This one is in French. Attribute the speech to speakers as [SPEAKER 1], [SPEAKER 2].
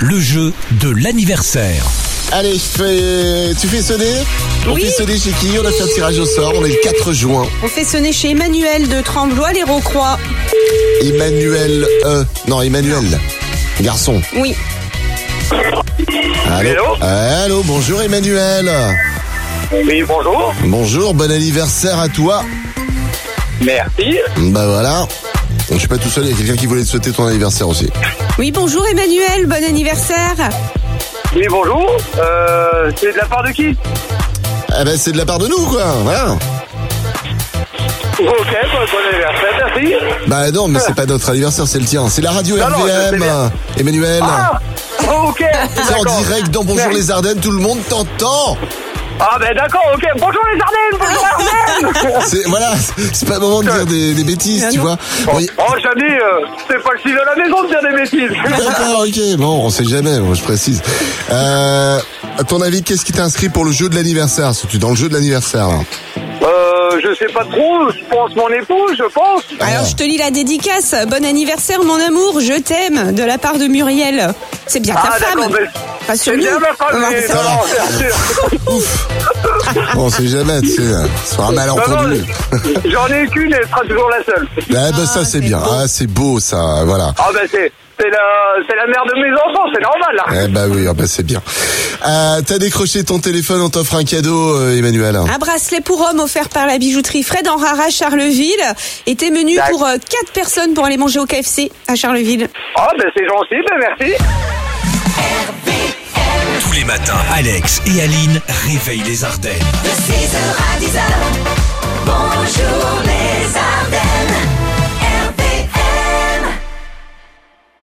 [SPEAKER 1] le jeu de l'anniversaire.
[SPEAKER 2] Allez, je fais- tu fais sonner On
[SPEAKER 3] Oui.
[SPEAKER 2] fait sonner chez qui On a fait un tirage au sort, on est le 4 juin.
[SPEAKER 3] On fait sonner chez Emmanuel de Tremblois les Rocroix.
[SPEAKER 2] Emmanuel E. Non, Emmanuel. Garçon.
[SPEAKER 3] Oui.
[SPEAKER 2] Allô Allô, bonjour Emmanuel.
[SPEAKER 4] Oui, bonjour.
[SPEAKER 2] Bonjour, bon anniversaire à toi.
[SPEAKER 4] Merci.
[SPEAKER 2] Bah voilà. Je suis pas tout seul, il y a quelqu'un qui voulait te souhaiter ton anniversaire aussi.
[SPEAKER 3] Oui, bonjour Emmanuel, bon anniversaire.
[SPEAKER 4] Oui, bonjour. Euh, c'est de la part de qui
[SPEAKER 2] Eh ben c'est de la part de nous quoi, voilà.
[SPEAKER 4] Ok, bon, bon anniversaire, merci.
[SPEAKER 2] Bah non, mais c'est pas notre anniversaire, c'est le tien. C'est la radio
[SPEAKER 4] Non, non, je sais
[SPEAKER 2] RVM,
[SPEAKER 4] bien.
[SPEAKER 2] Emmanuel.
[SPEAKER 4] Ah Ok
[SPEAKER 2] C'est en
[SPEAKER 4] d'accord.
[SPEAKER 2] direct dans Bonjour
[SPEAKER 4] Merci.
[SPEAKER 2] les Ardennes, tout le monde t'entend.
[SPEAKER 4] Ah ben d'accord, ok. Bonjour les Ardennes Bonjour les Ardennes
[SPEAKER 2] C'est voilà, c'est pas le moment de dire des, des bêtises, tu vois. Bon, y-
[SPEAKER 4] Oh, j'en ai, euh, c'est pas le style de la maison de dire des bêtises.
[SPEAKER 2] D'accord, ok. Bon, on sait jamais, moi, je précise. Euh, à ton avis, qu'est-ce qui t'a inscrit pour le jeu de l'anniversaire Si tu es dans le jeu de l'anniversaire. là.
[SPEAKER 4] Euh, je sais pas trop, je pense mon épouse, je pense.
[SPEAKER 3] Alors je te lis la dédicace. Bon anniversaire mon amour, je t'aime de la part de Muriel. C'est bien ta
[SPEAKER 4] Ah,
[SPEAKER 3] femme.
[SPEAKER 4] d'accord, mais-
[SPEAKER 3] Pas sur
[SPEAKER 4] C'est
[SPEAKER 3] nous.
[SPEAKER 4] bien ma femme,
[SPEAKER 3] Ouais,
[SPEAKER 4] mais
[SPEAKER 3] ça
[SPEAKER 4] non,
[SPEAKER 3] va.
[SPEAKER 4] non, bien sûr.
[SPEAKER 2] Bon, on sait jamais, tu sais, euh, sur un
[SPEAKER 4] Non,
[SPEAKER 2] malentendu.
[SPEAKER 4] non, J'en ai qu'une et elle sera toujours la seule.
[SPEAKER 2] Ah, bah, ça,
[SPEAKER 3] Ah,
[SPEAKER 2] c'est
[SPEAKER 3] c'est
[SPEAKER 2] bien.
[SPEAKER 3] beau.
[SPEAKER 2] Ah, c'est beau, ça, voilà.
[SPEAKER 4] Ah ben c'est, c'est la, c'est la mère de mes enfants, c'est normal là.
[SPEAKER 2] Eh bah oui, ah bah c'est bien. Euh, T'as décroché ton téléphone, on t'offre un cadeau, euh, Emmanuel.
[SPEAKER 3] Un bracelet pour homme offert par la bijouterie Fred en Rara Charleville et tes menus
[SPEAKER 4] D'accord.
[SPEAKER 3] pour 4 personnes pour aller manger au KFC à Charleville.
[SPEAKER 4] Ah ben c'est gentil, ben merci.
[SPEAKER 1] Tous les matins, Alex et Aline réveillent les Ardennes.
[SPEAKER 5] De 6h à 10h, bonjour les Ardennes.